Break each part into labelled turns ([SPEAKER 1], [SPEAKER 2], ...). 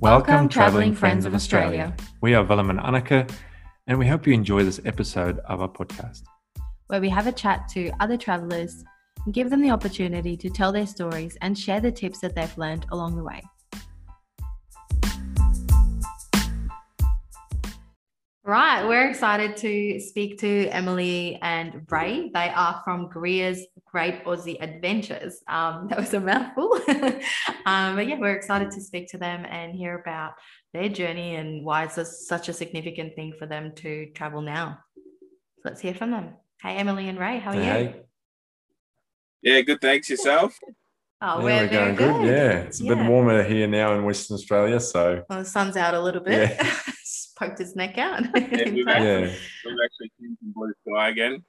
[SPEAKER 1] Welcome, travelling friends of Australia. We are Willem and Annika, and we hope you enjoy this episode of our podcast.
[SPEAKER 2] where we have a chat to other travellers and give them the opportunity to tell their stories and share the tips that they've learned along the way. Right, we're excited to speak to Emily and Ray. They are from Greer's Great Aussie Adventures. Um, that was a mouthful. um, but yeah, we're excited to speak to them and hear about their journey and why it's a, such a significant thing for them to travel now. Let's hear from them. Hey, Emily and Ray, how are you?
[SPEAKER 1] Hey,
[SPEAKER 3] Yeah, good. Thanks yourself.
[SPEAKER 2] Oh,
[SPEAKER 1] yeah,
[SPEAKER 2] we're very
[SPEAKER 1] going good. Yeah, it's a bit
[SPEAKER 2] Yeah.
[SPEAKER 1] warmer here now in Western Australia, so
[SPEAKER 2] Well, the sun's out a little bit.
[SPEAKER 1] Yeah.
[SPEAKER 2] Just Poked his neck out.
[SPEAKER 3] we've
[SPEAKER 2] yeah,
[SPEAKER 3] had-
[SPEAKER 1] yeah,
[SPEAKER 3] We've actually seen some blue sky again.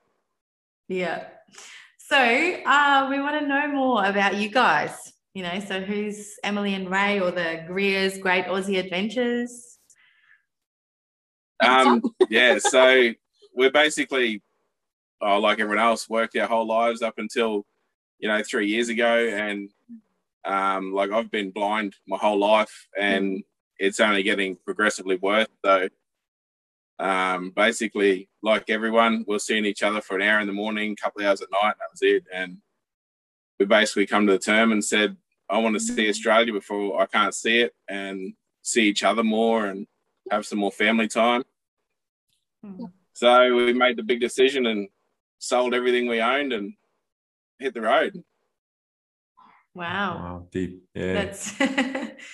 [SPEAKER 2] So uh, we want to know more about you guys. You know, so who's Emily and Ray or the Greer's Great Aussie Adventures?
[SPEAKER 3] Um, yeah, so we're basically, oh, like everyone else, worked our whole lives up until, you know, three years ago. And um, like I've been blind my whole life and it's only getting progressively worse. So um, basically, like everyone, we're seeing each other for an hour in the morning, couple of hours at night, and that was it. And we basically come to the term and said, I want to see Australia before I can't see it and see each other more and have some more family time.
[SPEAKER 2] Mm.
[SPEAKER 3] So we made the big decision and sold everything we owned and hit the road.
[SPEAKER 2] Wow.
[SPEAKER 1] wow, deep, yeah,
[SPEAKER 2] That's,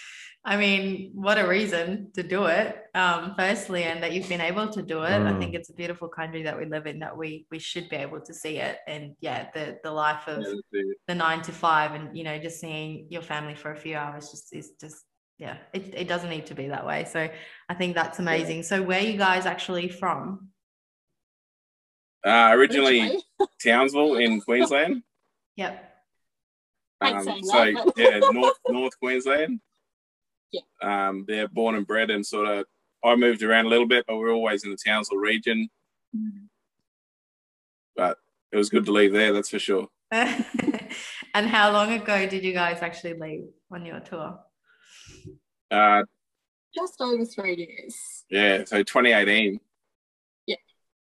[SPEAKER 2] I mean, what a reason to do it. Um, firstly, and that you've been able to do it. I
[SPEAKER 1] Mm.
[SPEAKER 2] think it's a beautiful country that we live in that we we should be able to see it. And yeah, the the life of
[SPEAKER 3] And the-
[SPEAKER 2] the nine to five and you know just seeing your family for a few hours just is just yeah it, it doesn't need to be that way so i think that's amazing so where are you guys actually from
[SPEAKER 3] Uh, originally Townsville in Queensland.
[SPEAKER 2] yep
[SPEAKER 3] Um,
[SPEAKER 4] Thanks, Sam.
[SPEAKER 3] so
[SPEAKER 4] Love it.
[SPEAKER 3] yeah, North North Queensland.
[SPEAKER 4] Yeah.
[SPEAKER 3] Um, they're born and bred and sort of. I moved around a little bit, but we we're always in the Townsville region. But it was good to leave there, that's for sure.
[SPEAKER 2] and how long ago did you guys actually leave on your tour
[SPEAKER 3] Uh,
[SPEAKER 4] Just over three years.
[SPEAKER 3] yeah, so 2018.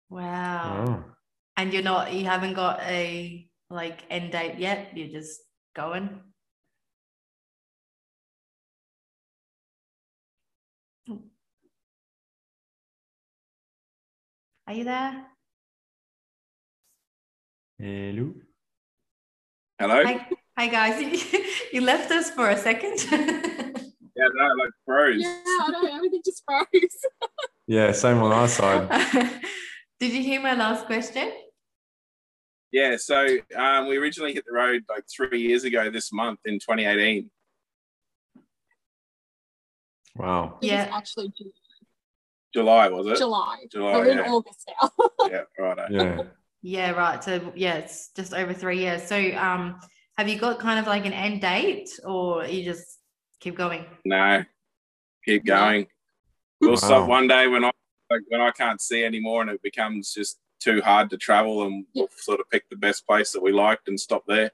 [SPEAKER 2] wow
[SPEAKER 1] wow.
[SPEAKER 2] and you're not you haven't got a like end date yet you're just going are you there
[SPEAKER 1] hello.
[SPEAKER 3] Hello.
[SPEAKER 2] Hi, hi guys. you left us for a second.
[SPEAKER 3] Yeah, no, like froze.
[SPEAKER 4] Yeah, I know. Everything just froze.
[SPEAKER 1] Yeah, same on our side.
[SPEAKER 2] Did you hear my last question?
[SPEAKER 3] Yeah, so um, we originally hit the road like three years ago this month in 2018.
[SPEAKER 1] Wow.
[SPEAKER 4] It was
[SPEAKER 2] Yeah.
[SPEAKER 4] actually Ju-
[SPEAKER 3] July, was it?
[SPEAKER 4] July.
[SPEAKER 3] July,
[SPEAKER 4] But we're in
[SPEAKER 3] Oh, yeah.
[SPEAKER 4] August now.
[SPEAKER 3] Yeah, right.
[SPEAKER 1] Yeah,
[SPEAKER 2] Yeah, right. So yeah, it's just over three years. So um, have you got kind of like an end date, or you just keep going?
[SPEAKER 3] No, keep going.
[SPEAKER 1] Wow.
[SPEAKER 3] We'll stop one day when I like, when I can't see anymore and it becomes just too hard to travel, and we'll sort of pick the best place that we liked and stop there.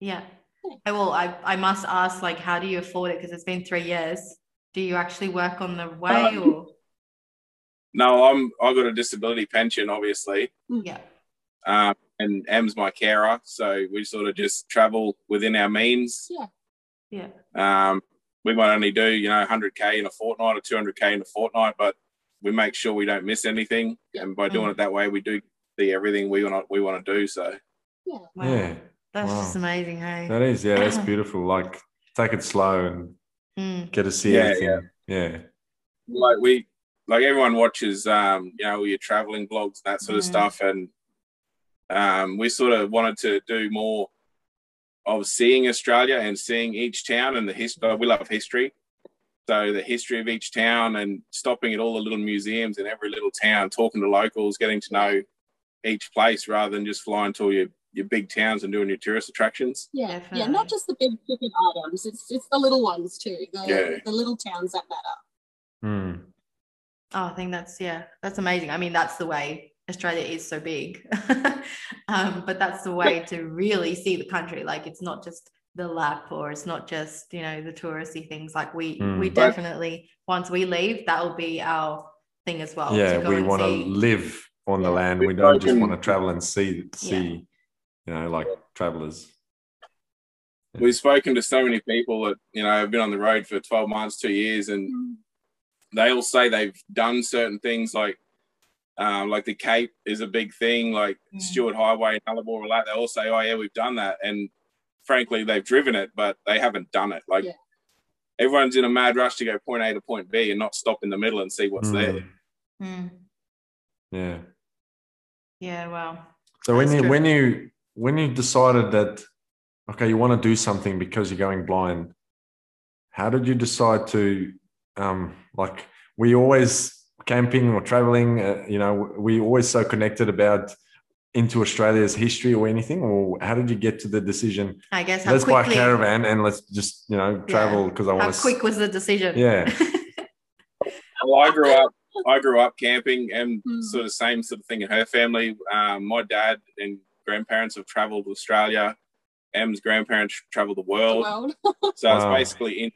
[SPEAKER 2] Yeah. I will. I I must ask, like, how do you afford it? Because it's been three years. Do you actually work on the way,
[SPEAKER 1] Um,
[SPEAKER 2] or
[SPEAKER 3] No, I'm I've got a disability pension, obviously,
[SPEAKER 2] yeah?
[SPEAKER 3] um, and M's my carer, so we sort of just travel within our means.
[SPEAKER 4] Yeah.
[SPEAKER 2] Yeah.
[SPEAKER 3] Um, we might only do, you know, 100K in a fortnight or 200K in a fortnight, but we make sure we don't miss anything. And by doing it that way, we do see everything we want to, we want to do. So,
[SPEAKER 2] Wow.
[SPEAKER 1] yeah,
[SPEAKER 2] That's
[SPEAKER 1] Wow.
[SPEAKER 2] just amazing, hey.
[SPEAKER 1] that is. Yeah, that's beautiful. Like, take it slow and
[SPEAKER 2] Mm,
[SPEAKER 1] get to see
[SPEAKER 3] Yeah,
[SPEAKER 1] everything. Yeah,
[SPEAKER 3] like, we, like everyone watches, um, you know, all your traveling blogs and that sort of
[SPEAKER 2] Mhm.
[SPEAKER 3] stuff. And um, we sort of wanted to do more of seeing Australia and seeing each town and the history. We love history. So the history of each town and stopping at all the little museums in every little town, talking to locals, getting to know each place rather than just flying to all your, your big towns and doing your tourist attractions.
[SPEAKER 4] Yeah. Yeah.
[SPEAKER 2] Definitely.
[SPEAKER 4] Not just the big ticket items. It's it's the little ones too. The,
[SPEAKER 3] Yeah.
[SPEAKER 4] the little towns that matter.
[SPEAKER 1] Hmm.
[SPEAKER 2] Oh, I think that's yeah, that's amazing. I mean, that's the way Australia is so big, um, but that's the way to really see the country. Like, it's not just the lab for. It's not just you know the touristy things. Like we
[SPEAKER 1] Mm.
[SPEAKER 2] we
[SPEAKER 3] But-
[SPEAKER 2] definitely once we leave, that will be our thing as well.
[SPEAKER 1] yeah,
[SPEAKER 2] go
[SPEAKER 1] we
[SPEAKER 2] and
[SPEAKER 1] want to
[SPEAKER 2] see.
[SPEAKER 1] live on the
[SPEAKER 2] Yeah.
[SPEAKER 1] land.
[SPEAKER 3] We've
[SPEAKER 1] We don't just
[SPEAKER 3] spoken-
[SPEAKER 1] want to travel and see see, you know, like travelers.
[SPEAKER 3] We've spoken to so many people that you know have been on the road for twelve months, two years, and they all say they've done certain things like um, like the Cape is a big thing, like
[SPEAKER 2] Mm.
[SPEAKER 3] Stewart Highway and Nullarbor and all that. They all say, "Oh yeah, we've done that," and frankly, they've driven it, but they haven't done it. Like
[SPEAKER 4] Yeah.
[SPEAKER 3] everyone's in a mad rush to go point A to point B and not stop in the middle and see what's there.
[SPEAKER 1] Mm,
[SPEAKER 2] Mm.
[SPEAKER 1] Yeah.
[SPEAKER 2] Yeah, well,
[SPEAKER 1] So when
[SPEAKER 2] That's
[SPEAKER 1] you
[SPEAKER 2] true.
[SPEAKER 1] when you when you decided that okay, you want to do something because you're going blind, how did you decide to um like we always camping or traveling, uh, you know, we always so connected about into Australia's history or anything or how did you get to the decision
[SPEAKER 2] I guess how
[SPEAKER 1] let's buy a
[SPEAKER 2] quickly
[SPEAKER 1] caravan and let's just, you know, travel because I
[SPEAKER 2] how
[SPEAKER 1] want to
[SPEAKER 2] quick was the decision?
[SPEAKER 1] Yeah.
[SPEAKER 3] Well, I grew up. I grew up camping and
[SPEAKER 4] Mm.
[SPEAKER 3] sort of same sort of thing in her family. Um, my dad and grandparents have travelled Australia. Em's grandparents travelled the
[SPEAKER 4] The
[SPEAKER 3] world,
[SPEAKER 4] world.
[SPEAKER 3] so it's
[SPEAKER 1] Wow.
[SPEAKER 3] basically in.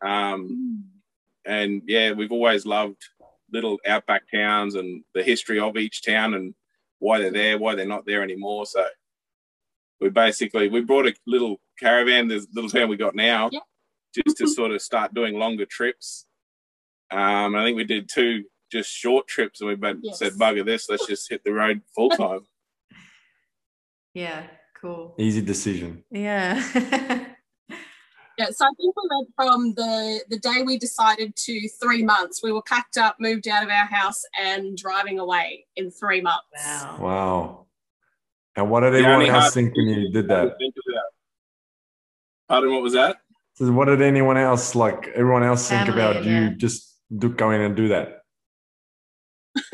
[SPEAKER 3] Um, and yeah, we've always loved little outback towns and the history of each town and why they're there, why they're not there anymore. So we basically we brought a little caravan, this little town we got now,
[SPEAKER 4] Yeah.
[SPEAKER 3] just to sort of start doing longer trips. Um, I think we did two just short trips, and we both
[SPEAKER 4] Yes.
[SPEAKER 3] said, "Bugger this! Let's just hit the road full time."
[SPEAKER 2] yeah, cool.
[SPEAKER 1] easy decision.
[SPEAKER 2] Yeah.
[SPEAKER 4] Yeah, so I think we went from the the day we decided to three months. We were packed up, moved out of our house, and driving away in three months.
[SPEAKER 2] wow.
[SPEAKER 1] Wow. And what did
[SPEAKER 3] The
[SPEAKER 1] everyone
[SPEAKER 3] only
[SPEAKER 1] else
[SPEAKER 3] hard-
[SPEAKER 1] think when you did that?
[SPEAKER 3] Think of that. Pardon, what was that?
[SPEAKER 1] So what did anyone else like everyone else think
[SPEAKER 2] Family,
[SPEAKER 1] about
[SPEAKER 2] yeah.
[SPEAKER 1] you just do, going and do that?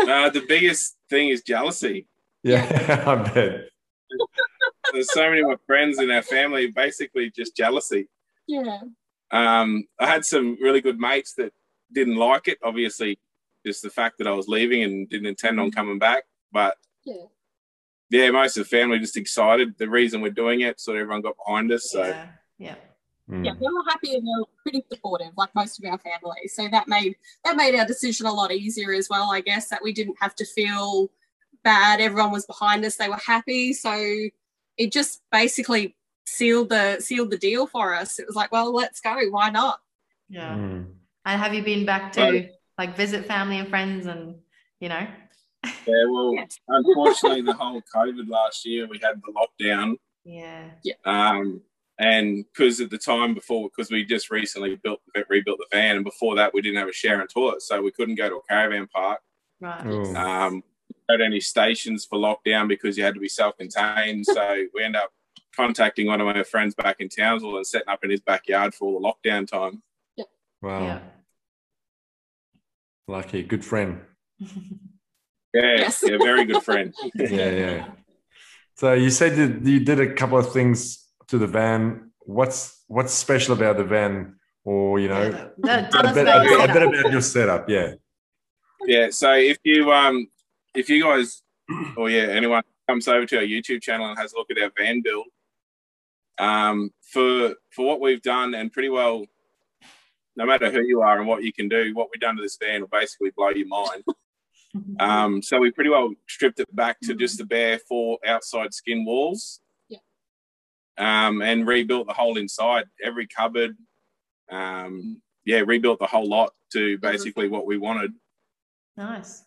[SPEAKER 3] uh, the biggest thing is jealousy.
[SPEAKER 1] Yeah, I bet.
[SPEAKER 3] There's so many of my friends and our family basically just jealousy.
[SPEAKER 4] Yeah.
[SPEAKER 3] Um, I had some really good mates that didn't like it. Obviously, just the fact that I was leaving and didn't intend on coming back. But
[SPEAKER 4] Yeah.
[SPEAKER 3] yeah, most of the family just excited. The reason we're doing it, so everyone got behind us. So
[SPEAKER 2] Yeah. Yeah.
[SPEAKER 1] Mm.
[SPEAKER 4] Yeah, they were happy and they were pretty supportive, like most of our family. So that made that made our decision a lot easier as well, I guess, that we didn't have to feel bad. Everyone was behind us, they were happy. So it just basically sealed the sealed the deal for us. It was like, well, let's go, why not?
[SPEAKER 2] Yeah.
[SPEAKER 1] Mm.
[SPEAKER 2] And have you been back to
[SPEAKER 3] Well-
[SPEAKER 2] like visit family and friends and you know?
[SPEAKER 3] yeah, well,
[SPEAKER 4] Yes.
[SPEAKER 3] unfortunately, the whole COVID last year, we had the lockdown.
[SPEAKER 2] Yeah.
[SPEAKER 3] Um, and because at the time before, because we just recently built rebuilt the van, and before that, we didn't have a share and toilet, so we couldn't go to a caravan park.
[SPEAKER 2] Right.
[SPEAKER 1] Oh.
[SPEAKER 3] Um, at any stations for lockdown because you had to be self-contained. so we end up contacting one of my friends back in Townsville and setting up in his backyard for all the lockdown time.
[SPEAKER 1] Wow.
[SPEAKER 2] Yeah.
[SPEAKER 1] Lucky, good friend.
[SPEAKER 3] Yeah,
[SPEAKER 4] Yes.
[SPEAKER 3] yeah, very good friend.
[SPEAKER 1] Yeah, yeah. So you said that you did a couple of things to the van. What's what's special about the van? Or you know,
[SPEAKER 2] Yeah, no, tell
[SPEAKER 1] a
[SPEAKER 2] us
[SPEAKER 1] bit,
[SPEAKER 2] about
[SPEAKER 1] a
[SPEAKER 2] your
[SPEAKER 1] bit- a bit
[SPEAKER 2] setup.
[SPEAKER 1] about your setup. Yeah.
[SPEAKER 3] yeah. So if you um if you guys or yeah anyone comes over to our YouTube channel and has a look at our van build, um for for what we've done and pretty well, no matter who you are and what you can do, what we've done to this van will basically blow your mind.
[SPEAKER 4] Mm-hmm.
[SPEAKER 1] uh,
[SPEAKER 3] Um, so we pretty well stripped it back to just the bare four outside skin walls.
[SPEAKER 4] Yeah.
[SPEAKER 3] Um, and rebuilt the whole inside, every cupboard. Um, yeah, rebuilt the whole lot
[SPEAKER 4] Mm-hmm.
[SPEAKER 3] to basically what we wanted.
[SPEAKER 2] nice.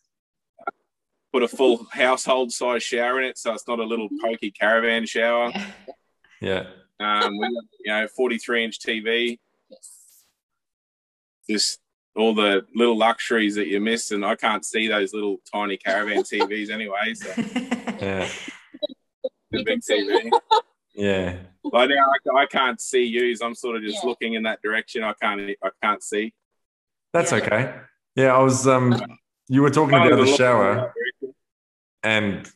[SPEAKER 3] Put a full household size shower in it, so it's not a little
[SPEAKER 4] Mm-hmm.
[SPEAKER 3] pokey caravan
[SPEAKER 1] uh,
[SPEAKER 3] shower.
[SPEAKER 2] Yeah.
[SPEAKER 1] Yeah.
[SPEAKER 3] Um, we got, you know, 43 inch TV,
[SPEAKER 4] Yes.
[SPEAKER 3] just all the little luxuries that you miss. And I can't see those little tiny caravan TVs anyway. So
[SPEAKER 1] Yeah.
[SPEAKER 3] the big
[SPEAKER 4] You can see.
[SPEAKER 3] TV.
[SPEAKER 1] Yeah.
[SPEAKER 3] Like now, I, I can't see yous. I'm sort of just
[SPEAKER 4] Yeah.
[SPEAKER 3] looking in that direction. I can't. e, I can't see.
[SPEAKER 1] That's
[SPEAKER 2] Yeah.
[SPEAKER 1] okay. Yeah, I was um you were talking
[SPEAKER 3] Oh,
[SPEAKER 1] about the
[SPEAKER 3] look-
[SPEAKER 1] shower. and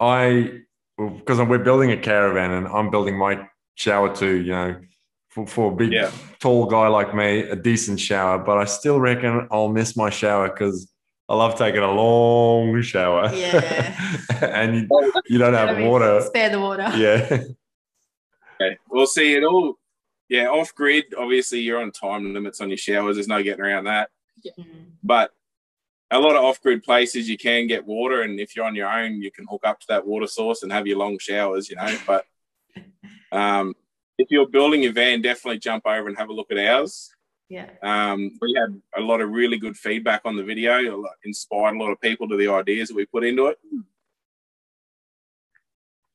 [SPEAKER 1] I because we're building a caravan and I'm building my shower too, you know, for, for a big
[SPEAKER 3] Yeah.
[SPEAKER 1] tall guy like me, a decent shower, but I still reckon I'll miss my shower because I love taking a long shower.
[SPEAKER 2] Yeah.
[SPEAKER 1] and you, you don't have
[SPEAKER 2] I mean,
[SPEAKER 1] water.
[SPEAKER 2] Spare the water.
[SPEAKER 1] Yeah.
[SPEAKER 3] Okay. Well, see, it all, yeah, off grid, obviously, you're on time limits on your showers. There's no getting around that.
[SPEAKER 2] Mm.
[SPEAKER 3] But a lot of off grid places, you can get water. And if you're on your own, you can hook up to that water source and have your long showers, you know. But um, if you're building your van, definitely jump over and have a look at ours.
[SPEAKER 2] Yeah.
[SPEAKER 3] Um, we had a lot of really good feedback on the video, a lot- inspired a lot of people to the ideas that we put into it.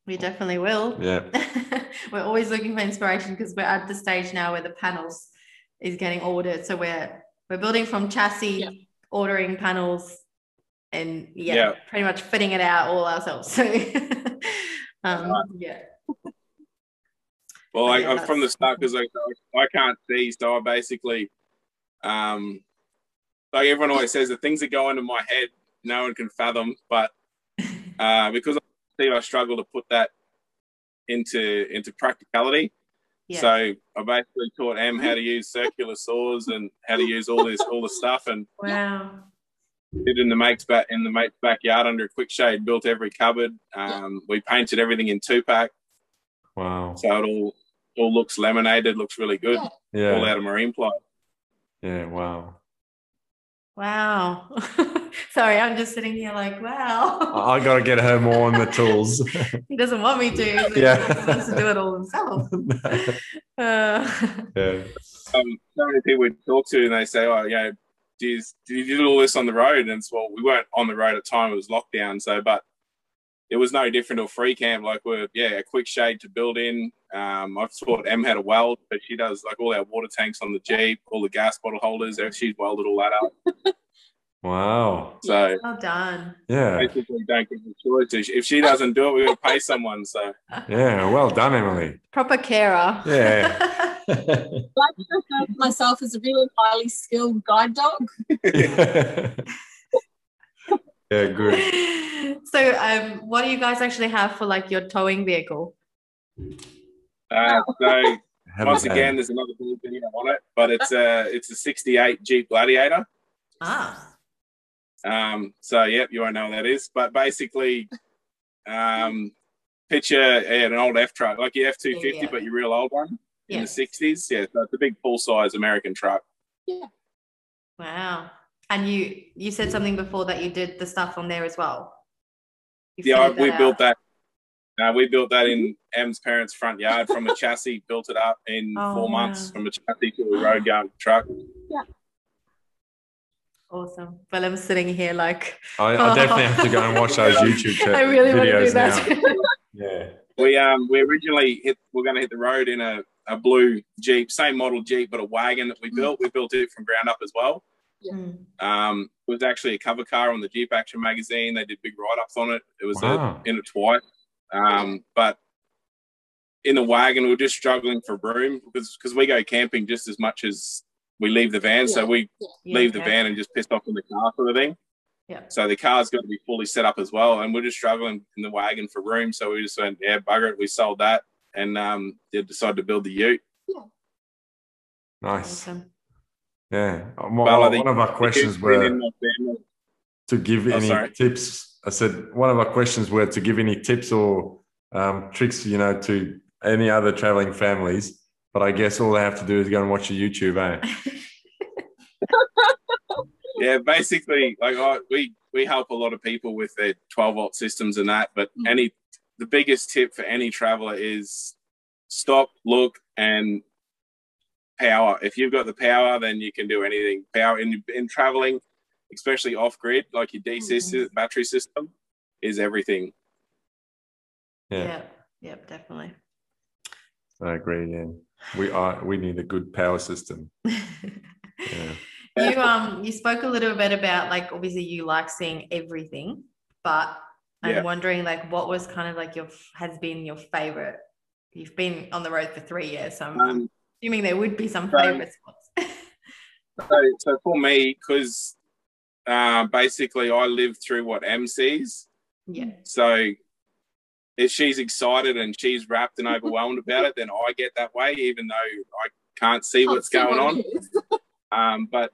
[SPEAKER 2] We definitely will.
[SPEAKER 1] Yeah.
[SPEAKER 2] we're always looking for inspiration because we're at the stage now where the panels is getting ordered. So we're we're building from chassis,
[SPEAKER 4] Yeah.
[SPEAKER 2] ordering panels, and yeah,
[SPEAKER 3] Yeah.
[SPEAKER 2] pretty much fitting it out all ourselves. So um, yeah,
[SPEAKER 3] Well, I,
[SPEAKER 2] Yeah,
[SPEAKER 3] I'm from the
[SPEAKER 2] that's-
[SPEAKER 3] start because I, I can't see, so I basically, um, like everyone always says, the things that go into my head, no one can fathom. But uh, because I see, I struggle to put that into into practicality.
[SPEAKER 2] yeah,
[SPEAKER 3] So I basically taught Em how to use circular saws and how to use all this all the stuff, and
[SPEAKER 2] wow,
[SPEAKER 3] did in the mate's back in the mate's backyard under a quick shade. Built every cupboard. Um, we painted everything in two pack,
[SPEAKER 1] Wow.
[SPEAKER 3] so it all all looks laminated. Looks really good.
[SPEAKER 4] Yeah.
[SPEAKER 3] All
[SPEAKER 1] Yeah.
[SPEAKER 3] out of marine ply.
[SPEAKER 1] Yeah. Wow.
[SPEAKER 2] wow. Sorry, I'm just sitting here like, wow.
[SPEAKER 1] I got to get her more on the tools.
[SPEAKER 2] he doesn't want me to.
[SPEAKER 1] Yeah.
[SPEAKER 2] he wants to do it all himself. Uh,
[SPEAKER 1] yeah.
[SPEAKER 3] um, so many people we talk to and they say, oh, you know, geez, did you do all this on the road? And it's, well, we weren't on the road at the time. It was lockdown. So, but it was no different to a free camp. Like we're, yeah, a quick shade to build in. Um, I've taught Em how to weld, but she does like all our water tanks on the Jeep, all the gas bottle holders. and She's welded all that up.
[SPEAKER 1] Wow.
[SPEAKER 3] So
[SPEAKER 2] well done.
[SPEAKER 1] Yeah.
[SPEAKER 3] basically don't give a choice. If she- If she doesn't do it, we're going to pay someone. So
[SPEAKER 1] Yeah. Well done, Emily.
[SPEAKER 2] Proper carer.
[SPEAKER 1] Yeah.
[SPEAKER 4] I refer to Um, myself as a really highly skilled guide dog.
[SPEAKER 1] yeah. Good.
[SPEAKER 2] so um what do you guys actually have for like your towing vehicle
[SPEAKER 3] uh, so
[SPEAKER 1] Have
[SPEAKER 3] once
[SPEAKER 1] a go.
[SPEAKER 3] again, there's another blue video on it, but it's a, it's a 68 Jeep Gladiator.
[SPEAKER 2] ah
[SPEAKER 3] Um, so yep, you won't know what that is. But basically, um, picture yeah, an old F truck, like your F two
[SPEAKER 2] Yeah.
[SPEAKER 3] fifty, but your real old one in
[SPEAKER 2] Yeah.
[SPEAKER 3] the sixties. Yeah, so it's a big full size American truck.
[SPEAKER 2] wow and you you said something before that you did the stuff on there as well You
[SPEAKER 3] yeah, I,
[SPEAKER 2] fitted
[SPEAKER 3] we
[SPEAKER 2] that
[SPEAKER 3] built
[SPEAKER 2] out. Mm-hmm.
[SPEAKER 3] that. Uh, we built that in M's parents' front yard from a chassis. Built it up in
[SPEAKER 2] Oh,
[SPEAKER 3] four months
[SPEAKER 2] wow.
[SPEAKER 3] from a chassis to a road guard truck.
[SPEAKER 2] awesome well i'm sitting here like
[SPEAKER 1] I, I definitely have to go and watch those YouTube ch-
[SPEAKER 2] i really want to do
[SPEAKER 1] videos
[SPEAKER 2] that
[SPEAKER 1] now. Yeah.
[SPEAKER 3] We um we originally hit we're going to hit the road in a, a blue Jeep, same model Jeep, but a wagon that we built. We built it from ground up as well.
[SPEAKER 2] Mm.
[SPEAKER 3] Um, it was actually a cover car on the Jeep Action magazine. They did big write-ups on it. It was a-
[SPEAKER 1] Wow.
[SPEAKER 3] in it twice. Um, but in the wagon, we are just struggling for room because because we go camping just as much as we leave the van. So
[SPEAKER 4] Yeah.
[SPEAKER 3] we
[SPEAKER 2] Yeah,
[SPEAKER 3] leave the
[SPEAKER 2] yeah.
[SPEAKER 3] van and just piss off in the car sort of thing.
[SPEAKER 2] Yeah.
[SPEAKER 3] So the car's got to be fully set up as well, and we're just struggling in the wagon for room. So we just went, yeah, bugger it. We sold that and um, yeah, decided to build the Ute.
[SPEAKER 1] Nice.
[SPEAKER 2] awesome
[SPEAKER 1] Yeah. Um,
[SPEAKER 3] Well, I
[SPEAKER 1] one
[SPEAKER 3] think-
[SPEAKER 1] of our questions
[SPEAKER 3] It's been
[SPEAKER 1] were
[SPEAKER 3] in my family.
[SPEAKER 1] to give
[SPEAKER 3] Oh,
[SPEAKER 1] any
[SPEAKER 3] sorry.
[SPEAKER 1] tips. I said one of our questions were to give any tips or um, tricks, you know, to any other traveling families. But I guess all they have to do is go and watch a YouTube, eh?
[SPEAKER 3] yeah basically like I, we we help a lot of people with their 12 volt systems and that but
[SPEAKER 4] Mhm.
[SPEAKER 3] any the biggest tip for any traveler is stop look and power if you've got the power then you can do anything power in in traveling especially off grid like your dc sy- battery system is everything
[SPEAKER 1] Yeah.
[SPEAKER 2] yep yep definitely
[SPEAKER 1] I agree. Yeah. We are. We need a good power system. Yeah.
[SPEAKER 2] you um you spoke a little bit about like obviously you like seeing everything but i'm
[SPEAKER 3] Yeah.
[SPEAKER 2] wondering like what was kind of like your has been your favorite you've been on the road for three years so i'm I'm
[SPEAKER 3] um,
[SPEAKER 2] assuming there would be some
[SPEAKER 3] so-
[SPEAKER 2] favorite spots
[SPEAKER 3] so, so for me because uh, basically i live through what m sees
[SPEAKER 2] yeah
[SPEAKER 3] So if she's excited and she's wrapped and
[SPEAKER 4] Mm-hmm.
[SPEAKER 3] overwhelmed about it, then I get that way, even though I can't see what's
[SPEAKER 4] Can't see
[SPEAKER 3] going
[SPEAKER 4] what
[SPEAKER 3] on.
[SPEAKER 4] it is.
[SPEAKER 3] Um, but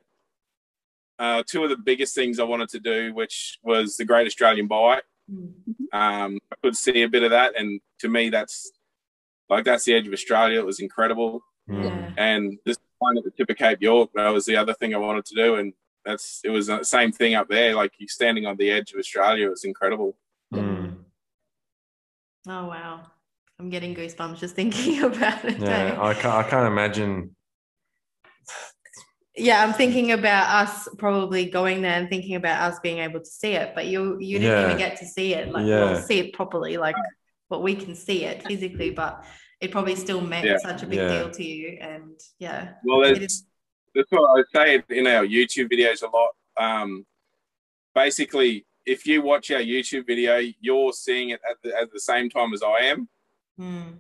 [SPEAKER 3] uh, two of the biggest things I wanted to do, which was the Great Australian Bite,
[SPEAKER 2] Mm.
[SPEAKER 3] um, I could see a bit of that, and to me, that's Like that's the edge of Australia. It was incredible.
[SPEAKER 1] Mm.
[SPEAKER 3] Mm.
[SPEAKER 2] Yeah.
[SPEAKER 3] And this one at the tip of Cape York, that was the other thing I wanted to do. And that's it was the same thing up there. Like you standing on the edge of Australia, it was incredible.
[SPEAKER 1] Mm.
[SPEAKER 2] Oh wow. I'm getting goosebumps just thinking about it. eh?
[SPEAKER 1] Yeah, I can't, I can't imagine.
[SPEAKER 2] yeah, I'm thinking about us probably going there and thinking about us being able to see it, but you you didn't
[SPEAKER 1] Yeah.
[SPEAKER 2] even get to see it, like
[SPEAKER 1] Yeah.
[SPEAKER 2] well, see it properly, like but we can see it physically, but it probably still meant
[SPEAKER 3] Yeah.
[SPEAKER 2] such a big
[SPEAKER 1] Yeah.
[SPEAKER 2] deal to you. And yeah,
[SPEAKER 3] Well,
[SPEAKER 2] It
[SPEAKER 3] that's, that's what I say in our YouTube videos a lot. Um, basically, if you watch our YouTube video, you're seeing it at the, at the same time as I am.
[SPEAKER 2] Mm.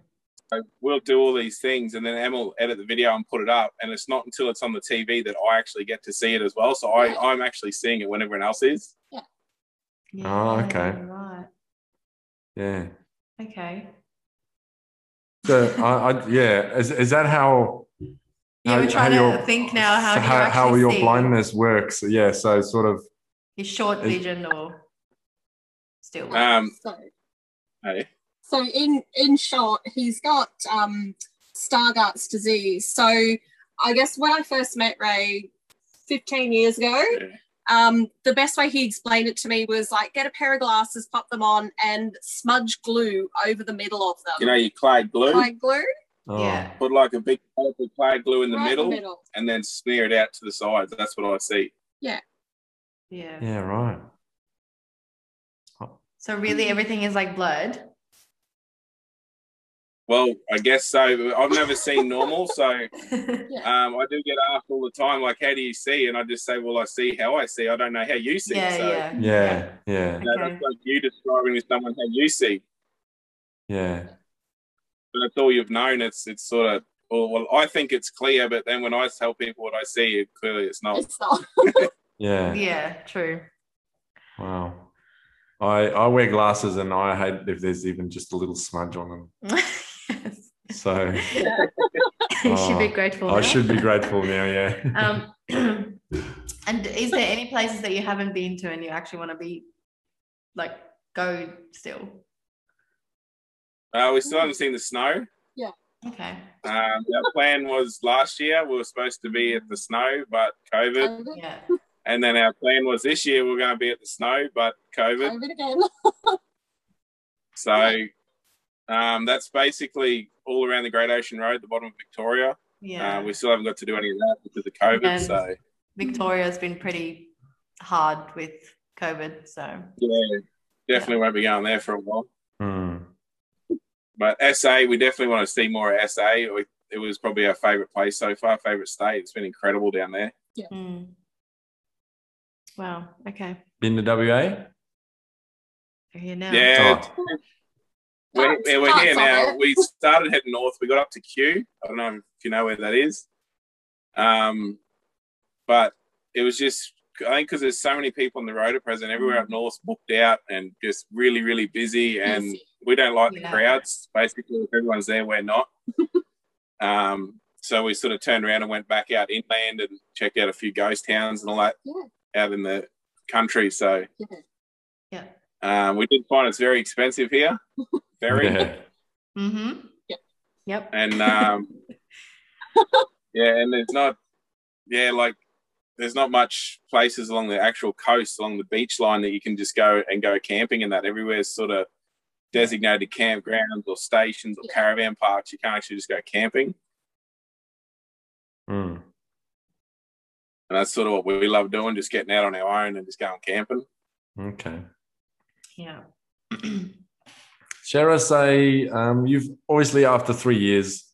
[SPEAKER 3] So we'll do all these things, and then Em will edit the video and put it up. And it's not until it's on the TV that I actually get to see it as well. So I, I'm actually seeing it when everyone else is.
[SPEAKER 1] Oh,
[SPEAKER 2] Yeah,
[SPEAKER 1] okay.
[SPEAKER 2] Right.
[SPEAKER 1] Yeah.
[SPEAKER 2] Okay.
[SPEAKER 1] So I, I yeah, is, is that how?
[SPEAKER 2] Yeah,
[SPEAKER 1] how-
[SPEAKER 2] we're
[SPEAKER 1] how
[SPEAKER 2] trying to
[SPEAKER 1] your-
[SPEAKER 2] think now how
[SPEAKER 1] so
[SPEAKER 2] do you
[SPEAKER 1] how, how
[SPEAKER 2] actually
[SPEAKER 1] your
[SPEAKER 2] see
[SPEAKER 1] blindness works? Yeah. So sort of.
[SPEAKER 2] Is short
[SPEAKER 1] is-
[SPEAKER 2] vision or still?
[SPEAKER 3] Um,
[SPEAKER 4] so,
[SPEAKER 3] hey.
[SPEAKER 4] so in in short, he's got um, Stargardt's disease. So I guess when I first met Ray 15 years ago,
[SPEAKER 3] Yeah.
[SPEAKER 4] um, the best way he explained it to me was like get a pair of glasses, pop them on, and smudge glue over the middle of them.
[SPEAKER 3] You know, you clay glue,
[SPEAKER 4] like glue
[SPEAKER 1] Oh,
[SPEAKER 2] yeah.
[SPEAKER 3] put like a big pile of clay glue in the,
[SPEAKER 4] right
[SPEAKER 3] middle,
[SPEAKER 4] in the middle.
[SPEAKER 3] and then smear it out to the sides. That's what I see.
[SPEAKER 2] yeah.
[SPEAKER 1] Yeah. Right.
[SPEAKER 2] So really everything is like blurred.
[SPEAKER 3] Well, I guess so. I've never seen normal, so
[SPEAKER 4] Yeah.
[SPEAKER 3] Um, I do get asked all the time, like, how do you see? And I just say, well, I see how I see. I don't know how you see.
[SPEAKER 2] yeah,
[SPEAKER 3] so
[SPEAKER 2] yeah.
[SPEAKER 1] Yeah. Yeah.
[SPEAKER 3] you know,
[SPEAKER 2] Okay.
[SPEAKER 3] that's like you describing to someone how you see.
[SPEAKER 1] Yeah.
[SPEAKER 3] But that's all you've known. It's it's sort of, well, well, I think it's clear, but then when I tell people what I see, it, clearly it's not.
[SPEAKER 4] It's not.
[SPEAKER 1] Yeah.
[SPEAKER 2] Yeah, true.
[SPEAKER 1] Wow. I I wear glasses and I hate if there's even just a little smudge on them.
[SPEAKER 2] yes.
[SPEAKER 1] So
[SPEAKER 2] you should be
[SPEAKER 1] Oh,
[SPEAKER 2] grateful.
[SPEAKER 1] I
[SPEAKER 2] now.
[SPEAKER 1] should be grateful now. Yeah.
[SPEAKER 2] Um, and is there any places that you haven't been to and you actually want to be like go still?
[SPEAKER 3] Uh, we still haven't seen the snow.
[SPEAKER 2] Okay.
[SPEAKER 3] Um, our plan was last year we were supposed to be at the snow, but
[SPEAKER 2] Um,
[SPEAKER 3] COVID.
[SPEAKER 4] COVID,
[SPEAKER 2] Yeah.
[SPEAKER 3] And then our plan was this year we we're going to be at the snow, but COVID.
[SPEAKER 2] Um,
[SPEAKER 4] COVID again.
[SPEAKER 3] So um, that's basically all around the Great Ocean Road, the bottom of Victoria.
[SPEAKER 2] Yeah.
[SPEAKER 3] Uh, we still haven't got to do any of that because of COVID.
[SPEAKER 2] Yeah.
[SPEAKER 3] So
[SPEAKER 2] Victoria's been pretty hard with COVID, so
[SPEAKER 3] yeah, definitely won't be going there for a while.
[SPEAKER 2] Um,
[SPEAKER 1] Hmm.
[SPEAKER 3] But SA, we definitely want to see more of SA. We- It was probably our favorite place so far, favorite state. It's been incredible down there.
[SPEAKER 2] mm. wow. Okay.
[SPEAKER 1] Been to WA?
[SPEAKER 2] You're here now.
[SPEAKER 3] Yeah,
[SPEAKER 1] Oh,
[SPEAKER 3] we're, yeah, we're
[SPEAKER 4] Can't
[SPEAKER 3] here
[SPEAKER 4] stop
[SPEAKER 3] now.
[SPEAKER 4] it.
[SPEAKER 3] We started heading north. We got up to Q. I don't know if you know where that is. Um, but it was just I think because there's so many people on the road at present. Everywhere
[SPEAKER 4] Mm.
[SPEAKER 3] up north booked out and just really, really busy. And
[SPEAKER 4] Busy.
[SPEAKER 3] we don't like the
[SPEAKER 2] Yeah.
[SPEAKER 3] crowds. Basically, if everyone's there, we're not. um, so we sort of turned around and went back out inland and checked out a few ghost towns and all that
[SPEAKER 4] Yeah.
[SPEAKER 3] out in the country. So
[SPEAKER 4] Yeah.
[SPEAKER 2] Yeah.
[SPEAKER 3] um, we did find it's very expensive here. Very
[SPEAKER 1] yeah.
[SPEAKER 2] Mm-hmm.
[SPEAKER 4] Yep.
[SPEAKER 2] Yep.
[SPEAKER 3] and um, yeah, and there's not, yeah, like there's not much places along the actual coast, along the beach line that you can just go and go camping and that. Everywhere's sort of designated campgrounds or stations or
[SPEAKER 4] Yeah.
[SPEAKER 3] caravan parks. You can't actually just go camping,
[SPEAKER 1] Hmm.
[SPEAKER 3] and that's sort of what we love doing, just getting out on our own and just going camping.
[SPEAKER 1] Okay.
[SPEAKER 2] yeah.
[SPEAKER 1] Shara, say um, you've obviously after three years,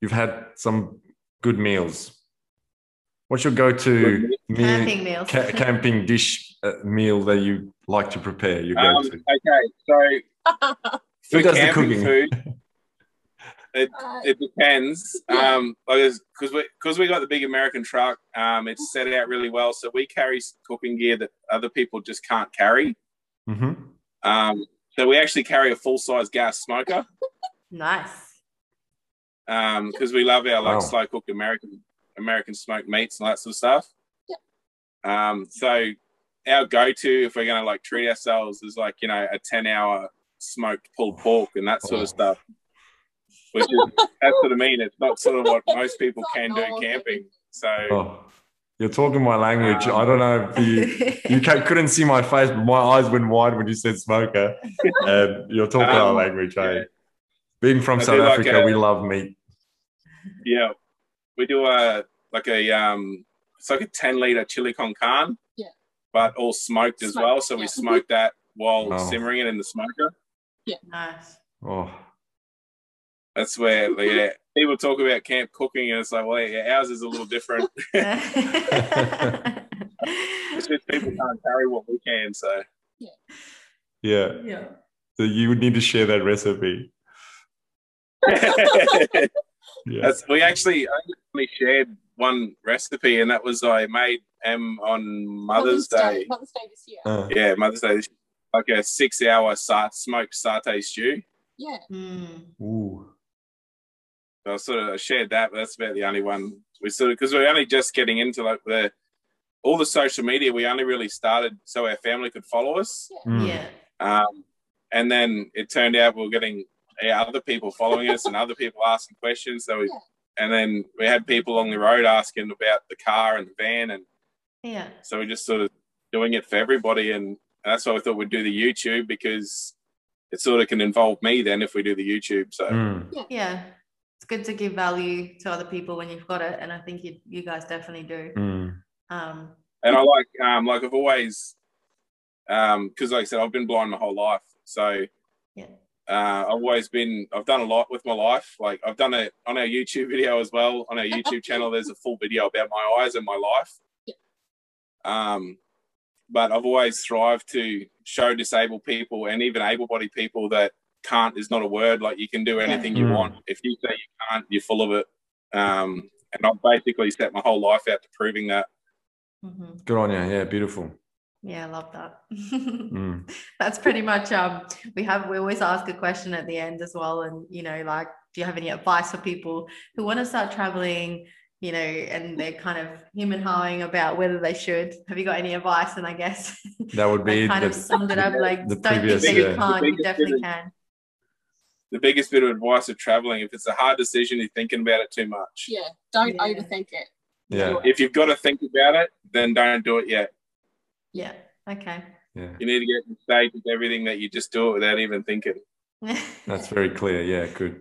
[SPEAKER 1] you've had some good meals. What's your go-to meal,
[SPEAKER 2] Camping meals.
[SPEAKER 1] ca- camping dish uh, meal that you like to prepare? You
[SPEAKER 3] Um,
[SPEAKER 1] go-to.
[SPEAKER 3] okay, so
[SPEAKER 1] Who
[SPEAKER 3] for
[SPEAKER 1] does the
[SPEAKER 3] camping
[SPEAKER 1] cooking?
[SPEAKER 3] food,
[SPEAKER 4] Uh,
[SPEAKER 3] it depends.
[SPEAKER 4] Yeah.
[SPEAKER 3] Um, because we because we got the big American truck, um, it's set out really well. So we carry cooking gear that other people just can't carry.
[SPEAKER 1] hmm
[SPEAKER 3] Um, so we actually carry a full size gas smoker
[SPEAKER 2] nice.
[SPEAKER 3] because we love our like
[SPEAKER 1] Wow.
[SPEAKER 3] slow cooked American American smoked meats and that sort of stuff.
[SPEAKER 4] Yeah.
[SPEAKER 3] Um, so our go to if we're gonna like treat ourselves is like you know a ten hour smoked pulled pork and that sort
[SPEAKER 1] Oh.
[SPEAKER 3] of stuff. which is that's what I mean. It's not sort of what most people can do camping. So
[SPEAKER 1] Oh, you're talking my language.
[SPEAKER 3] Um,
[SPEAKER 1] I don't know if you you ca- couldn't see my face, but my eyes went wide when you said smoker. and you're talking our
[SPEAKER 3] Um,
[SPEAKER 1] language, eh?
[SPEAKER 3] yeah.
[SPEAKER 1] Being from
[SPEAKER 3] I
[SPEAKER 1] South
[SPEAKER 3] do like uh,
[SPEAKER 1] Africa,
[SPEAKER 3] a-
[SPEAKER 1] we love meat.
[SPEAKER 3] yeah, we do a like a um, it's like a ten liter chili con carne.
[SPEAKER 4] Yeah.
[SPEAKER 3] But all smoked as
[SPEAKER 4] Smoked,
[SPEAKER 3] well, so
[SPEAKER 4] yeah.
[SPEAKER 3] we smoke that while
[SPEAKER 1] Wow.
[SPEAKER 3] simmering it in the smoker.
[SPEAKER 2] Nice.
[SPEAKER 1] Oh,
[SPEAKER 3] That's where like, yeah, people talk about camp cooking, and it's like, well, yeah, ours is a little different. It's just people can't carry what we can, so
[SPEAKER 1] yeah.
[SPEAKER 2] yeah.
[SPEAKER 1] So you would need to share that recipe. Yeah.
[SPEAKER 3] That's, we actually I only shared one recipe, and that was I made um on Mother's Day.
[SPEAKER 4] Mother's Day this year.
[SPEAKER 1] Uh,
[SPEAKER 3] Yeah, Mother's Day. Like a six-hour sa- smoked satay stew.
[SPEAKER 4] Yeah.
[SPEAKER 2] Mm.
[SPEAKER 1] ooh.
[SPEAKER 3] So I sort of shared that, but that's about the only one we sort of because we're only just getting into like the all the social media. We only really started so our family could follow us,
[SPEAKER 1] Mm.
[SPEAKER 2] Yeah.
[SPEAKER 3] um, and then it turned out we were getting yeah, other people following us and other people asking questions. So, we,
[SPEAKER 4] Yeah.
[SPEAKER 3] and then we had people along the road asking about the car and the van and.
[SPEAKER 2] Yeah.
[SPEAKER 3] So we're just sort of doing it for everybody. And that's why we thought we'd do the YouTube because it sort of can involve me then if we do the YouTube. So
[SPEAKER 1] Mm.
[SPEAKER 2] Yeah. It's good to give value to other people when you've got it. And I think you, you guys definitely do.
[SPEAKER 1] Mm.
[SPEAKER 2] Um,
[SPEAKER 3] and I like um like I've always um because like I said I've been blind my whole life. So
[SPEAKER 2] Yeah.
[SPEAKER 3] Uh, I've always been. I've done a lot with my life. Like I've done it on our YouTube video as well. On our YouTube channel, there's a full video about my eyes and my life.
[SPEAKER 4] Yeah.
[SPEAKER 3] Um, but I've always thrived to show disabled people and even able-bodied people that can't is not a word. Like you can do anything you
[SPEAKER 1] Mm.
[SPEAKER 3] want. If you say you can't, you're full of it. Um, and I've basically set my whole life out to proving that.
[SPEAKER 2] mhm.
[SPEAKER 1] Good on you. Yeah, beautiful.
[SPEAKER 2] Yeah, I love that.
[SPEAKER 1] Mm.
[SPEAKER 2] That's pretty much um we have we always ask a question at the end as well. And you know, like, do you have any advice for people who want to start traveling, you know, and they're kind of him and hawing about whether they should? Have you got any advice? And I guess
[SPEAKER 1] That would be
[SPEAKER 2] I kind
[SPEAKER 1] the,
[SPEAKER 2] of summed it up like
[SPEAKER 1] the
[SPEAKER 2] don't think
[SPEAKER 1] previous,
[SPEAKER 2] that you
[SPEAKER 1] yeah.
[SPEAKER 2] can't, you
[SPEAKER 3] The biggest
[SPEAKER 2] definitely
[SPEAKER 3] difference-
[SPEAKER 2] can.
[SPEAKER 3] the biggest bit of advice of traveling if it's a hard decision you're thinking about it too much
[SPEAKER 4] Yeah. Don't
[SPEAKER 2] Yeah.
[SPEAKER 4] overthink it.
[SPEAKER 1] yeah,
[SPEAKER 3] if you've got to think about it then don't do it yet
[SPEAKER 2] Yeah. Okay.
[SPEAKER 1] yeah.
[SPEAKER 3] you need to get in stage with everything that you just do it without even thinking
[SPEAKER 1] That's very clear. Yeah, good.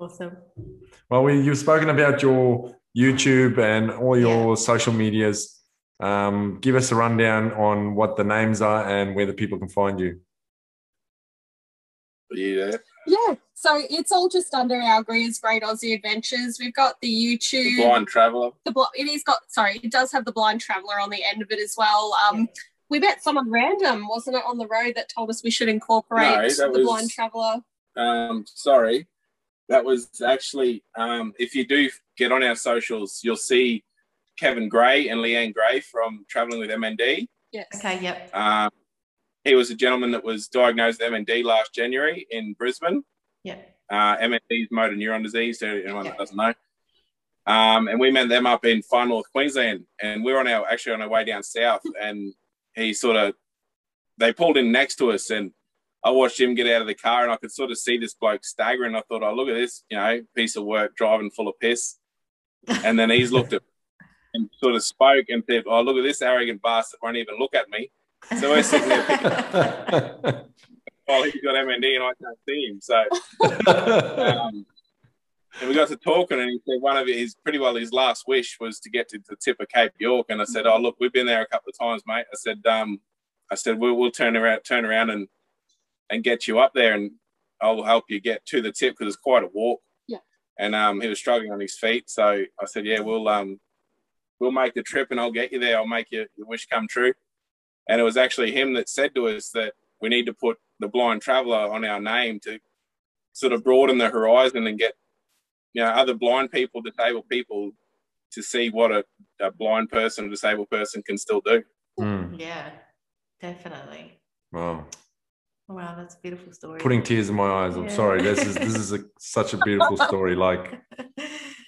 [SPEAKER 2] awesome.
[SPEAKER 1] Well, we, you've spoken about your YouTube and all your social medias. Um, give us a rundown on what the names are and where the people can find you.
[SPEAKER 3] yeah
[SPEAKER 4] Yeah. So it's all just under our Greer's Great Aussie Adventures. We've got the YouTube.
[SPEAKER 3] blind traveler
[SPEAKER 4] the bl- it is got sorry it does have the blind traveler on the end of it as well um
[SPEAKER 2] Yeah.
[SPEAKER 4] we met someone random wasn't it on the road that told us we should incorporate
[SPEAKER 3] No,
[SPEAKER 4] the
[SPEAKER 3] that was-
[SPEAKER 4] blind traveler
[SPEAKER 3] um sorry that was actually um if you do get on our socials you'll see kevin gray and leanne gray from traveling with mnd
[SPEAKER 4] yes
[SPEAKER 2] Okay, yep.
[SPEAKER 3] um, he was a gentleman that was diagnosed with mnd last january in brisbane
[SPEAKER 2] Yep.
[SPEAKER 3] uh, MND is motor neuron disease. To anyone that doesn't know, um, and we met them up in Far North Queensland, and we were on our actually on our way down south, and he sort of they pulled in next to us, and I watched him get out of the car, and I could sort of see this bloke staggering. I thought, oh look at this, you know, piece of work driving full of piss, and then he's looked at. And sort of spoke and said, "Oh, look at this arrogant bastard! Won't even look at me." So we're sitting there picking While he's got MND and I can't see him. So um, and we got to talking, and he said one of his pretty well his last wish was to get to the tip of Cape York. And I said, "Oh, look, we've been there a couple of times, mate." I said, um, "I said we'll, we'll turn around, turn around, and and get you up there, and I'll help you get to the tip because it's quite a walk."
[SPEAKER 4] Yeah.
[SPEAKER 3] And um, he was struggling on his feet, so I said, "Yeah, we'll um, we'll make the trip, and I'll get you there. I'll make your, your wish come true." And it was actually him that said to us that we need to put the blind traveller on our name to sort of broaden the horizon and get you know other blind people disabled people to see what a, a blind person a disabled person can still do
[SPEAKER 1] Mm,
[SPEAKER 2] Yeah, definitely.
[SPEAKER 1] wow,
[SPEAKER 2] Wow, that's a beautiful story.
[SPEAKER 1] putting tears in my eyes. I'm
[SPEAKER 2] Yeah.
[SPEAKER 1] sorry. This is this is a, such a beautiful story. Like,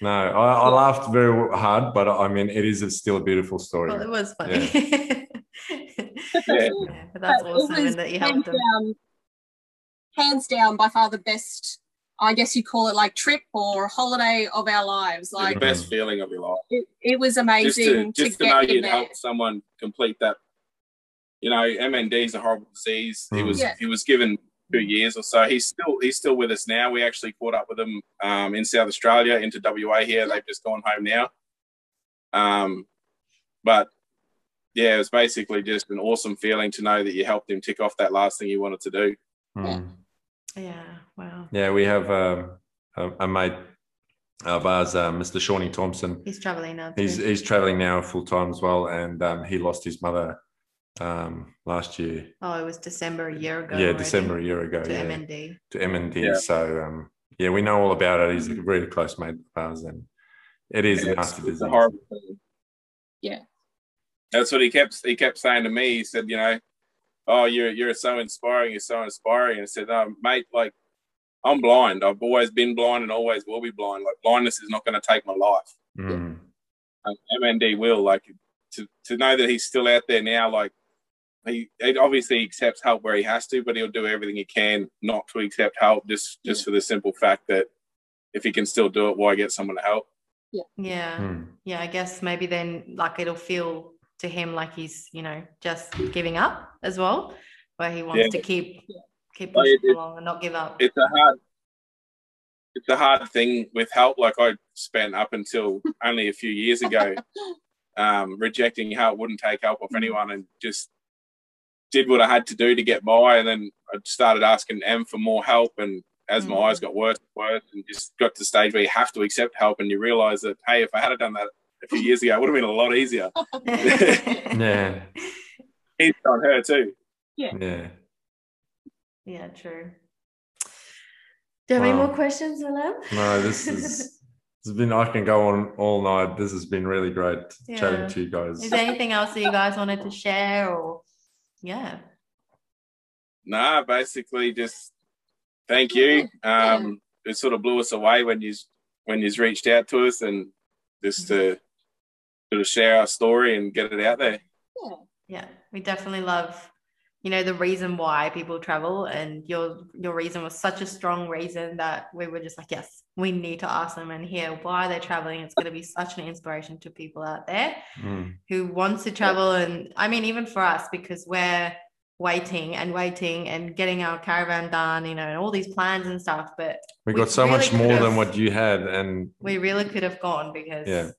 [SPEAKER 1] no, I, I laughed very hard, but I mean, it is still a beautiful story.
[SPEAKER 2] well, it was funny.
[SPEAKER 3] Yeah.
[SPEAKER 2] but that's
[SPEAKER 4] But
[SPEAKER 2] awesome
[SPEAKER 4] always
[SPEAKER 2] and that you
[SPEAKER 4] hands
[SPEAKER 2] helped them.
[SPEAKER 4] down hands down by far the best I guess you call it like trip or holiday of our lives.
[SPEAKER 3] It's
[SPEAKER 4] Like
[SPEAKER 3] the best feeling of your life.
[SPEAKER 4] it, it
[SPEAKER 3] Just
[SPEAKER 4] was
[SPEAKER 3] to
[SPEAKER 4] amazing
[SPEAKER 3] just to,
[SPEAKER 4] get
[SPEAKER 3] know
[SPEAKER 4] in
[SPEAKER 3] you'd
[SPEAKER 4] there.
[SPEAKER 3] helped someone complete that. You know, MND is a horrible disease. He
[SPEAKER 1] Mm.
[SPEAKER 3] was
[SPEAKER 4] Yeah.
[SPEAKER 3] he was given two years or so. He's still he's still with us now. We actually caught up with him um, in South Australia into WA here. They've just gone home now. Um, but yeah, it was basically just an awesome feeling to know that you helped him tick off that last thing he wanted to do.
[SPEAKER 1] Mm.
[SPEAKER 2] Yeah. Wow.
[SPEAKER 1] Yeah, we have um, a, a mate of ours, uh, Mr. Shawnee Thompson.
[SPEAKER 2] He's traveling now.
[SPEAKER 1] He's eh,
[SPEAKER 2] too.
[SPEAKER 1] he's traveling now full time as well, and um, he lost his mother um, last year.
[SPEAKER 2] oh, it was December a year ago.
[SPEAKER 1] yeah,
[SPEAKER 2] already,
[SPEAKER 1] December a year ago.
[SPEAKER 2] To
[SPEAKER 1] yeah,
[SPEAKER 2] MND.
[SPEAKER 1] to MND.
[SPEAKER 3] Yeah.
[SPEAKER 1] So um, yeah, we know all about it. He's
[SPEAKER 2] Mm-hmm.
[SPEAKER 1] a really close mate of ours, and it is a
[SPEAKER 3] It's-
[SPEAKER 1] nasty
[SPEAKER 3] it's a
[SPEAKER 1] disease.
[SPEAKER 3] horrible thing.
[SPEAKER 4] Yeah.
[SPEAKER 3] That's what he kept he kept saying to me. He said, you know, oh you're you're so inspiring, you're so inspiring. And I said, no, mate, like I'm blind. I've always been blind and always will be blind. Like blindness is not gonna take my life.
[SPEAKER 1] Mm.
[SPEAKER 3] Like, MND will. Like to to know that he's still out there now, like he, he obviously accepts help where he has to, but he'll do everything he can not to accept help just just for the simple fact that if he can still do it, why get someone to help?
[SPEAKER 2] Yeah.
[SPEAKER 1] Mm.
[SPEAKER 2] Yeah. I guess maybe then like it'll feel to him like he's, you know, just giving up as well, where he wants
[SPEAKER 3] Yeah.
[SPEAKER 2] to keep keep
[SPEAKER 3] Well, it-
[SPEAKER 2] pushing
[SPEAKER 3] it-
[SPEAKER 2] along and not give up.
[SPEAKER 3] it's a hard it's a hard thing with help like i spent up until only a few years ago um, rejecting help wouldn't take help off anyone and just did what i had to do to get by and then i started asking m for more help and as my
[SPEAKER 2] Mhm.
[SPEAKER 3] eyes got worse and worse and just got to the stage where you have to accept help and you realize that hey if i had have done that a few years ago it would have been a lot easier
[SPEAKER 1] Yeah,
[SPEAKER 3] it's on her too
[SPEAKER 1] yeah.
[SPEAKER 2] Yeah, true. Do you have any
[SPEAKER 1] Wow.
[SPEAKER 2] more questions, Willem?
[SPEAKER 1] No, this is. It's been. I can go on all night. This has been really great
[SPEAKER 2] Yeah.
[SPEAKER 1] chatting to you guys.
[SPEAKER 2] Is there anything else that you guys wanted to share or yeah.
[SPEAKER 3] Nah, basically just thank you. Um, it sort of blew us away when you when you reached out to us and just to sort of share our story and get it out there.
[SPEAKER 4] Yeah.
[SPEAKER 2] Yeah. We definitely love, you know, the reason why people travel and your your reason was such a strong reason that we were just like, yes, we need to ask them and hear why they're traveling. It's gonna be such an inspiration to people out there.
[SPEAKER 1] Mm.
[SPEAKER 2] who wants to travel and i mean even for us because we're waiting and waiting and getting our caravan done you know and all these plans and stuff but
[SPEAKER 1] We
[SPEAKER 2] We
[SPEAKER 1] got so
[SPEAKER 2] really
[SPEAKER 1] much
[SPEAKER 2] could
[SPEAKER 1] more
[SPEAKER 2] have-
[SPEAKER 1] than what you had, and
[SPEAKER 2] we really could have gone because
[SPEAKER 1] Yeah.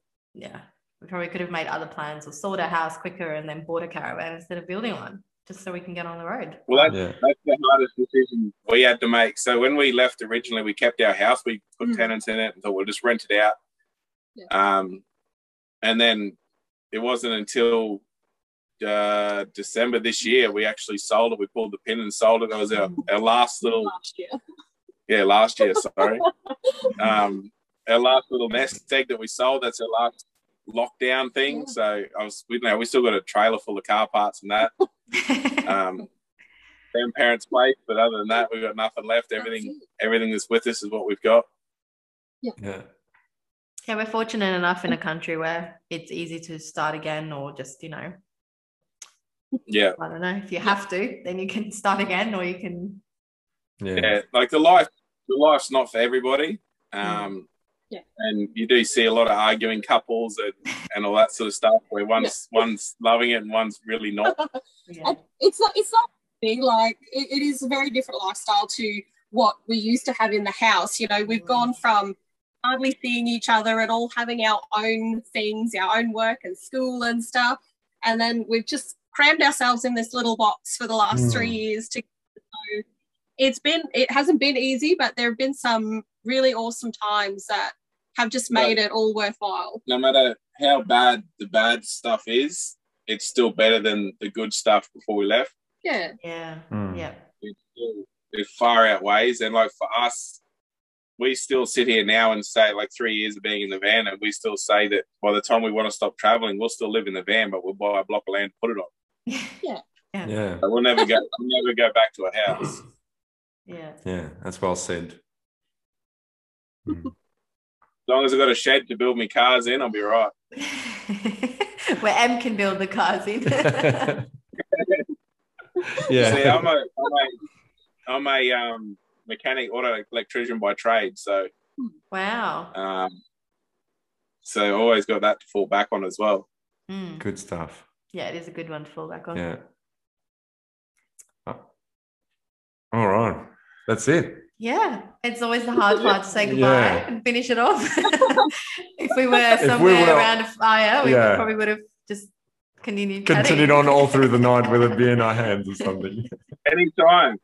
[SPEAKER 2] yeah, we probably could have made other plans or sold a house quicker and then bought a caravan instead of building one just so we can get on the road
[SPEAKER 3] Well, that,
[SPEAKER 1] yeah,
[SPEAKER 3] that's the hardest decision we had to make. So when we left originally, we kept our house. We put
[SPEAKER 4] Mhm.
[SPEAKER 3] tenants in it and thought we'll just rent it out.
[SPEAKER 4] Yeah.
[SPEAKER 3] Um, and then it wasn't until uh, December this year we actually sold it. We pulled the pin and sold it. That was our, our last little
[SPEAKER 4] Last year.
[SPEAKER 3] Yeah, last year. Sorry. um, our last little nest egg that we sold. That's our last lockdown thing.
[SPEAKER 4] Yeah.
[SPEAKER 3] So I was, we, you know, we still got a trailer full of car parts and that.
[SPEAKER 1] Uh,
[SPEAKER 3] Um, grandparents' place, but other than that, we've got nothing left. Everything,
[SPEAKER 4] That's it.
[SPEAKER 3] everything that's with us is what we've got.
[SPEAKER 1] yeah,
[SPEAKER 2] yeah we're fortunate enough in a country where it's easy to start again or just you know
[SPEAKER 3] Yeah,
[SPEAKER 2] i don't know if you have to then you can start again or you can
[SPEAKER 1] yeah.
[SPEAKER 3] yeah. Like the life, the life's not for everybody. Um,
[SPEAKER 4] Mm-hmm. Yeah.
[SPEAKER 3] And you do see a lot of arguing couples and, and all that sort of stuff where one's one's loving it and one's really not.
[SPEAKER 2] yeah,
[SPEAKER 4] It's not. It's not big. Like it, it is a very different lifestyle to what we used to have in the house. You know, we've
[SPEAKER 2] Mm.
[SPEAKER 4] gone from hardly seeing each other and all having our own things, our own work and school and stuff, and then we've just crammed ourselves in this little box for the last
[SPEAKER 1] Mm.
[SPEAKER 4] three years. To so it's been. It hasn't been easy, but there have been some really awesome times that have just made it all worthwhile.
[SPEAKER 3] no matter how bad the bad stuff is, it's still better than the good stuff before we left.
[SPEAKER 4] Yeah.
[SPEAKER 2] yeah.
[SPEAKER 1] Mm.
[SPEAKER 2] yeah.
[SPEAKER 3] It, still- it far outweighs. And like for us, we still sit here now and say, like three years of being in the van, and we still say that by the time we want to stop traveling, we'll still live in the van, but we'll buy a block of land to put it on.
[SPEAKER 1] yeah,
[SPEAKER 3] So we'll never go. we'll never go back to a house.
[SPEAKER 2] yeah.
[SPEAKER 1] yeah. That's well said. Mm.
[SPEAKER 3] As long as I've got a shed to build my cars in, I'll be right.
[SPEAKER 2] Where M can build the cars in.
[SPEAKER 1] yeah.
[SPEAKER 3] See, I'm a, I'm a, I'm a um, mechanic, auto electrician by trade. So,
[SPEAKER 2] Wow.
[SPEAKER 3] um, so always got that to fall back on as well.
[SPEAKER 2] Mm.
[SPEAKER 1] Good stuff.
[SPEAKER 2] Yeah, it is a good one to fall back on.
[SPEAKER 1] Yeah. Oh. All right. That's it.
[SPEAKER 2] Yeah, it's always the hard part to say goodbye
[SPEAKER 1] Yeah.
[SPEAKER 2] and finish it off. if we were
[SPEAKER 1] we
[SPEAKER 2] somewhere
[SPEAKER 1] were-
[SPEAKER 2] around a fire, we
[SPEAKER 1] Yeah.
[SPEAKER 2] probably would have just continued. chatting.
[SPEAKER 1] Continued on all through the night with it beer in our hands or something.
[SPEAKER 3] Anytime.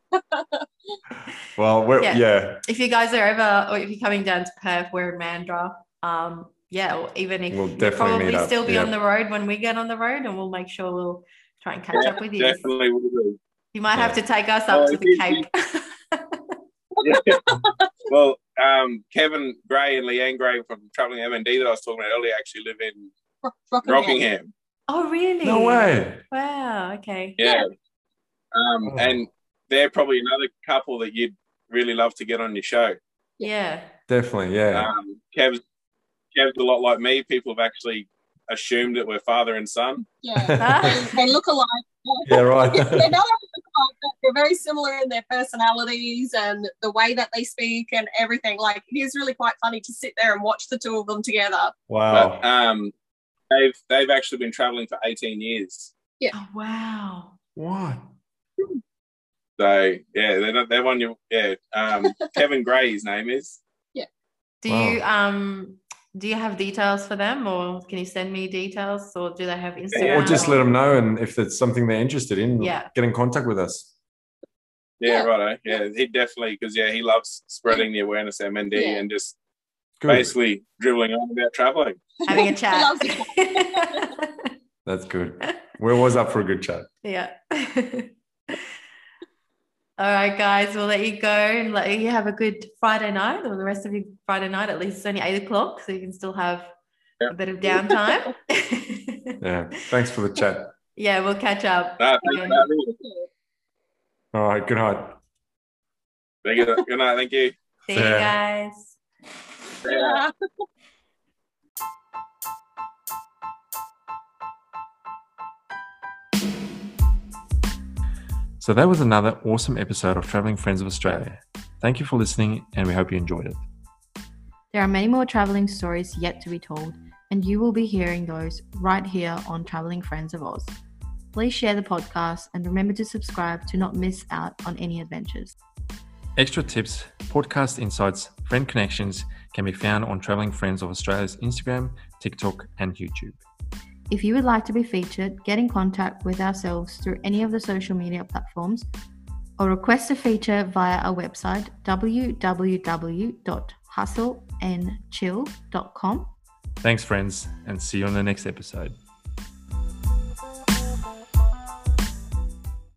[SPEAKER 1] Well, we're,
[SPEAKER 2] Yeah.
[SPEAKER 1] yeah.
[SPEAKER 2] If you guys are ever, or if you're coming down to Perth, we're in Mandra. Um, yeah, or even if
[SPEAKER 1] We'll
[SPEAKER 2] you'll
[SPEAKER 1] definitely meet
[SPEAKER 2] probably
[SPEAKER 1] up,
[SPEAKER 2] still be
[SPEAKER 1] yeah.
[SPEAKER 2] on the road when we get on the road, and we'll make sure we'll try and catch
[SPEAKER 3] Yeah,
[SPEAKER 2] up with you.
[SPEAKER 3] Definitely will do.
[SPEAKER 2] You might have to
[SPEAKER 1] Yeah.
[SPEAKER 2] take us up
[SPEAKER 3] Oh,
[SPEAKER 2] to the
[SPEAKER 3] if
[SPEAKER 2] Cape.
[SPEAKER 3] you- Yeah. well, um, Kevin Gray and Leanne Gray from Traveling MND that I was talking about earlier actually live in
[SPEAKER 4] Rock- Rockingham.
[SPEAKER 3] Rockingham.
[SPEAKER 2] oh, really?
[SPEAKER 1] No way.
[SPEAKER 2] Wow. Okay.
[SPEAKER 3] Yeah. Um,
[SPEAKER 1] Oh.
[SPEAKER 3] And they're probably another couple that you'd really love to get on your show.
[SPEAKER 2] Yeah.
[SPEAKER 1] Definitely. Yeah.
[SPEAKER 3] Um, Kev's, Kev's a lot like me. People have actually assumed that we're father and son.
[SPEAKER 4] Yeah. they, they look alike.
[SPEAKER 1] yeah, right.
[SPEAKER 4] they're not only look alike, but they're very similar in their personalities and the way that they speak and everything. Like it is really quite funny to sit there and watch the two of them together.
[SPEAKER 1] wow.
[SPEAKER 3] But um, they've they've actually been traveling for 18 years.
[SPEAKER 2] Oh, wow.
[SPEAKER 1] what?
[SPEAKER 3] So yeah, they're not, they're one you yeah. Um, Kevin Gray, his name is.
[SPEAKER 2] Do
[SPEAKER 1] Wow.
[SPEAKER 2] you um do you have details for them or can you send me details or do they have Instagram?
[SPEAKER 1] Or just let them know. And if it's something they're interested in,
[SPEAKER 2] Yeah.
[SPEAKER 1] get in contact with us.
[SPEAKER 3] Yeah,
[SPEAKER 4] Yeah.
[SPEAKER 3] righto. Yeah, he definitely because yeah, he loves spreading the awareness of MND
[SPEAKER 4] Yeah.
[SPEAKER 3] and just
[SPEAKER 1] Good.
[SPEAKER 3] basically dribbling on about traveling.
[SPEAKER 2] having a chat.
[SPEAKER 4] Loves it.
[SPEAKER 1] That's good. We're always up for a good chat.
[SPEAKER 2] yeah. All right, guys, we'll let you go and let you have a good Friday night or the rest of your Friday night. At least it's only eight o'clock, so you can still have
[SPEAKER 3] Yeah.
[SPEAKER 2] a bit of downtime.
[SPEAKER 1] Yeah. Thanks for the chat.
[SPEAKER 2] yeah, we'll catch up.
[SPEAKER 3] No, thank you.
[SPEAKER 2] Okay.
[SPEAKER 3] for having me.
[SPEAKER 1] All right. Good night.
[SPEAKER 3] Thank you. Good night. Thank you.
[SPEAKER 2] See you
[SPEAKER 1] Yeah.
[SPEAKER 2] guys.
[SPEAKER 3] Yeah.
[SPEAKER 4] Yeah.
[SPEAKER 1] So that was another awesome episode of Traveling Friends of Australia. Thank you for listening, and we hope you enjoyed it.
[SPEAKER 2] There are many more traveling stories yet to be told, and you will be hearing those right here on Traveling Friends of Oz. Please share the podcast and remember to subscribe to not miss out on any adventures.
[SPEAKER 1] Extra tips, podcast insights, friend connections can be found on Traveling Friends of Australia's Instagram, TikTok, and YouTube.
[SPEAKER 2] If you would like to be featured, get in contact with ourselves through any of the social media platforms or request a feature via our website www.hustleandchill.com
[SPEAKER 1] Thanks, friends, and see you on the next episode.